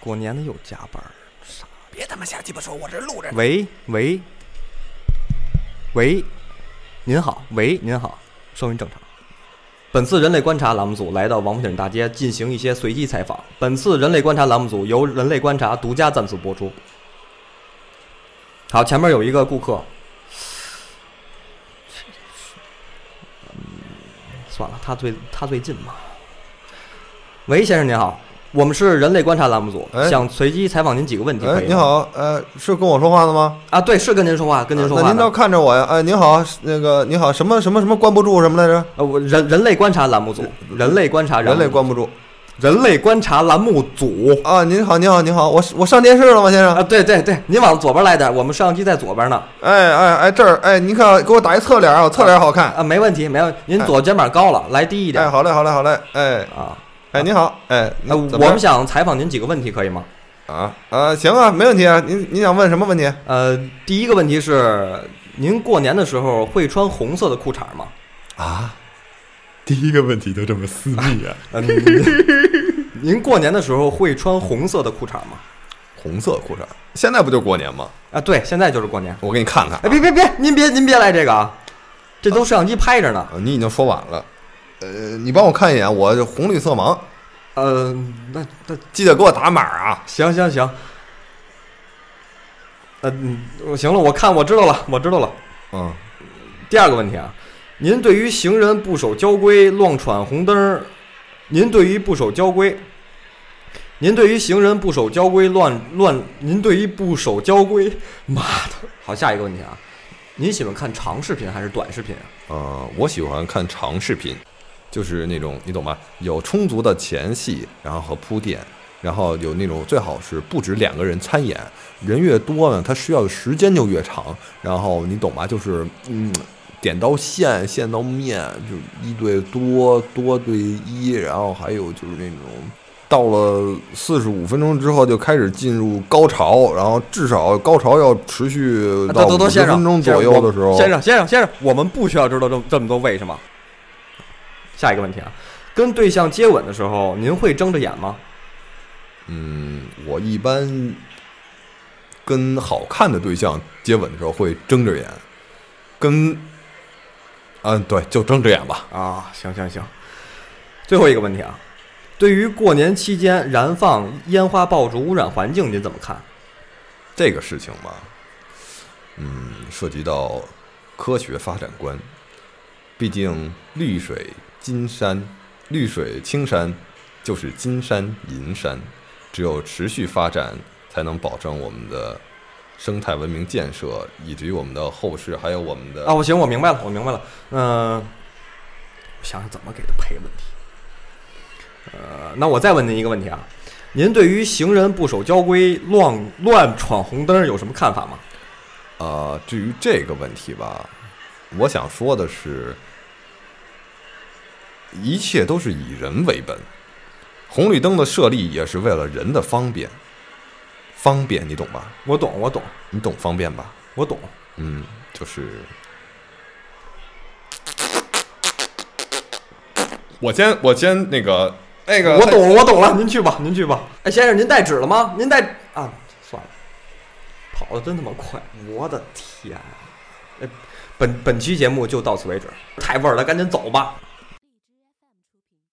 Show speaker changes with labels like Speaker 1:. Speaker 1: 过年的又加班儿。
Speaker 2: 别他妈瞎鸡巴说，我这录着呢。
Speaker 1: 喂喂喂，您好，喂您好，收音正常。本次人类观察栏目组来到王府井大街进行一些随机采访。本次人类观察栏目组由人类观察独家赞助播出。好，前面有一个顾客，嗯，算了，他最他最近嘛。喂，先生您好，我们是人类观察栏目组，
Speaker 3: 哎
Speaker 1: 想随机采访您几个问题，可
Speaker 3: 哎，
Speaker 1: 以吗？
Speaker 3: 你好，呃，是跟我说话的吗？
Speaker 1: 啊，对，是跟您说话，跟您说
Speaker 3: 呃
Speaker 1: 话
Speaker 3: 那您
Speaker 1: 呢。
Speaker 3: 倒看着我呀。哎，您好，那个你好，什么什么什么关不住什么来着？
Speaker 1: 呃，我人人类观察栏目组，人类观察栏
Speaker 3: 人
Speaker 1: 目
Speaker 3: 类关不住
Speaker 1: 人类观察栏目组
Speaker 3: 啊！您好，您好，您好，我我上电视了吗，先生？
Speaker 1: 啊，对对对，您往左边来点，我们摄像机在左边呢
Speaker 3: 哎哎哎，这儿哎，您看，给我打一侧脸啊，我侧脸好看。
Speaker 1: 啊，没问题，没问题，您左肩膀高了，来低一点
Speaker 3: 哎，
Speaker 1: 啊
Speaker 3: 好嘞，好嘞，好嘞。哎哎，您好，哎，
Speaker 1: 呃
Speaker 3: 您怎
Speaker 1: 我
Speaker 3: 么样
Speaker 1: 们想采访您几个问题，可以吗？
Speaker 3: 啊啊，行啊，没问题啊。您您想问什么问题？
Speaker 1: 呃，第一个问题是，您过年的时候会穿红色的裤衩吗？
Speaker 3: 啊，
Speaker 4: 第一个问题都这么私密 啊？
Speaker 1: 嗯， 您过年的时候会穿红色的裤衩吗？
Speaker 3: 红色裤衩，现在不就过年吗？
Speaker 1: 啊，对，现在就是过年。
Speaker 3: 我给你看看
Speaker 1: 哎，别别别，您别您别来这个啊，这都摄像机拍着呢。
Speaker 3: 啊，你已经说完了。呃，你帮我看一眼，我红绿色盲，
Speaker 1: 呃，那那
Speaker 3: 记得给我打码啊。
Speaker 1: 行行行，呃，嗯我行了，我看我知道了，我知道了。
Speaker 3: 嗯，
Speaker 1: 第二个问题啊，您对于行人不守交规、乱闯红灯儿，您对于不守交规，您对于行人不守交规、乱乱，您对于不守交规，妈的！好，下一个问题啊，您喜欢看长视频还是短视频啊？
Speaker 3: 呃，我喜欢看长视频，就是那种你懂吗？有充足的前戏，然后和铺垫，然后有那种最好是不止两个人参演，人越多呢，它需要的时间就越长。然后你懂吗？就是嗯，点到线，线到面，就一对多，多对一，然后还有就是那种。到了四十五分钟之后，就开始进入高潮，然后至少高潮要持续
Speaker 1: 啊
Speaker 3: 到
Speaker 1: 等等
Speaker 3: 五
Speaker 1: 等，
Speaker 3: 十
Speaker 1: 先
Speaker 3: 分
Speaker 1: 生，
Speaker 3: 钟
Speaker 1: 先
Speaker 3: 左
Speaker 1: 生
Speaker 3: 右
Speaker 1: 我
Speaker 3: 的时候。
Speaker 1: 先生，先生，先生，我们不需要知道这这么多为什么。下一个问题啊，跟对象接吻的时候，您会睁着眼吗？
Speaker 3: 嗯，我一般跟好看的对象接吻的时候会睁着眼，跟，嗯，对，就睁着眼吧。
Speaker 1: 啊，行行行。最后一个问题啊，对于过年期间燃放烟花爆竹污染环境，您怎么看？
Speaker 3: 这个事情嘛，嗯，涉及到科学发展观，毕竟绿水金山，绿水青山就是金山银山，只有持续发展，才能保证我们的生态文明建设，以及我们的后世，还有我们的
Speaker 1: 啊，我行，我明白了，我明白了。嗯、我想想怎么给他配问题。呃，那我再问您一个问题啊，您对于行人不守交规、乱乱闯红灯有什么看法吗？
Speaker 3: 啊，至于这个问题吧，我想说的是，一切都是以人为本，红绿灯的设立也是为了人的方便，方便你懂吧？
Speaker 1: 我懂，我懂，
Speaker 3: 你懂方便吧？
Speaker 1: 我懂。
Speaker 3: 嗯，就是我先我先那个那
Speaker 1: 我懂了，我懂了，您去吧，您去吧。哎，先生，您带纸了吗？您带啊，算了，跑的真他妈快，我啊的天！哎，本本期节目就到此为止，太味儿了，赶紧走吧。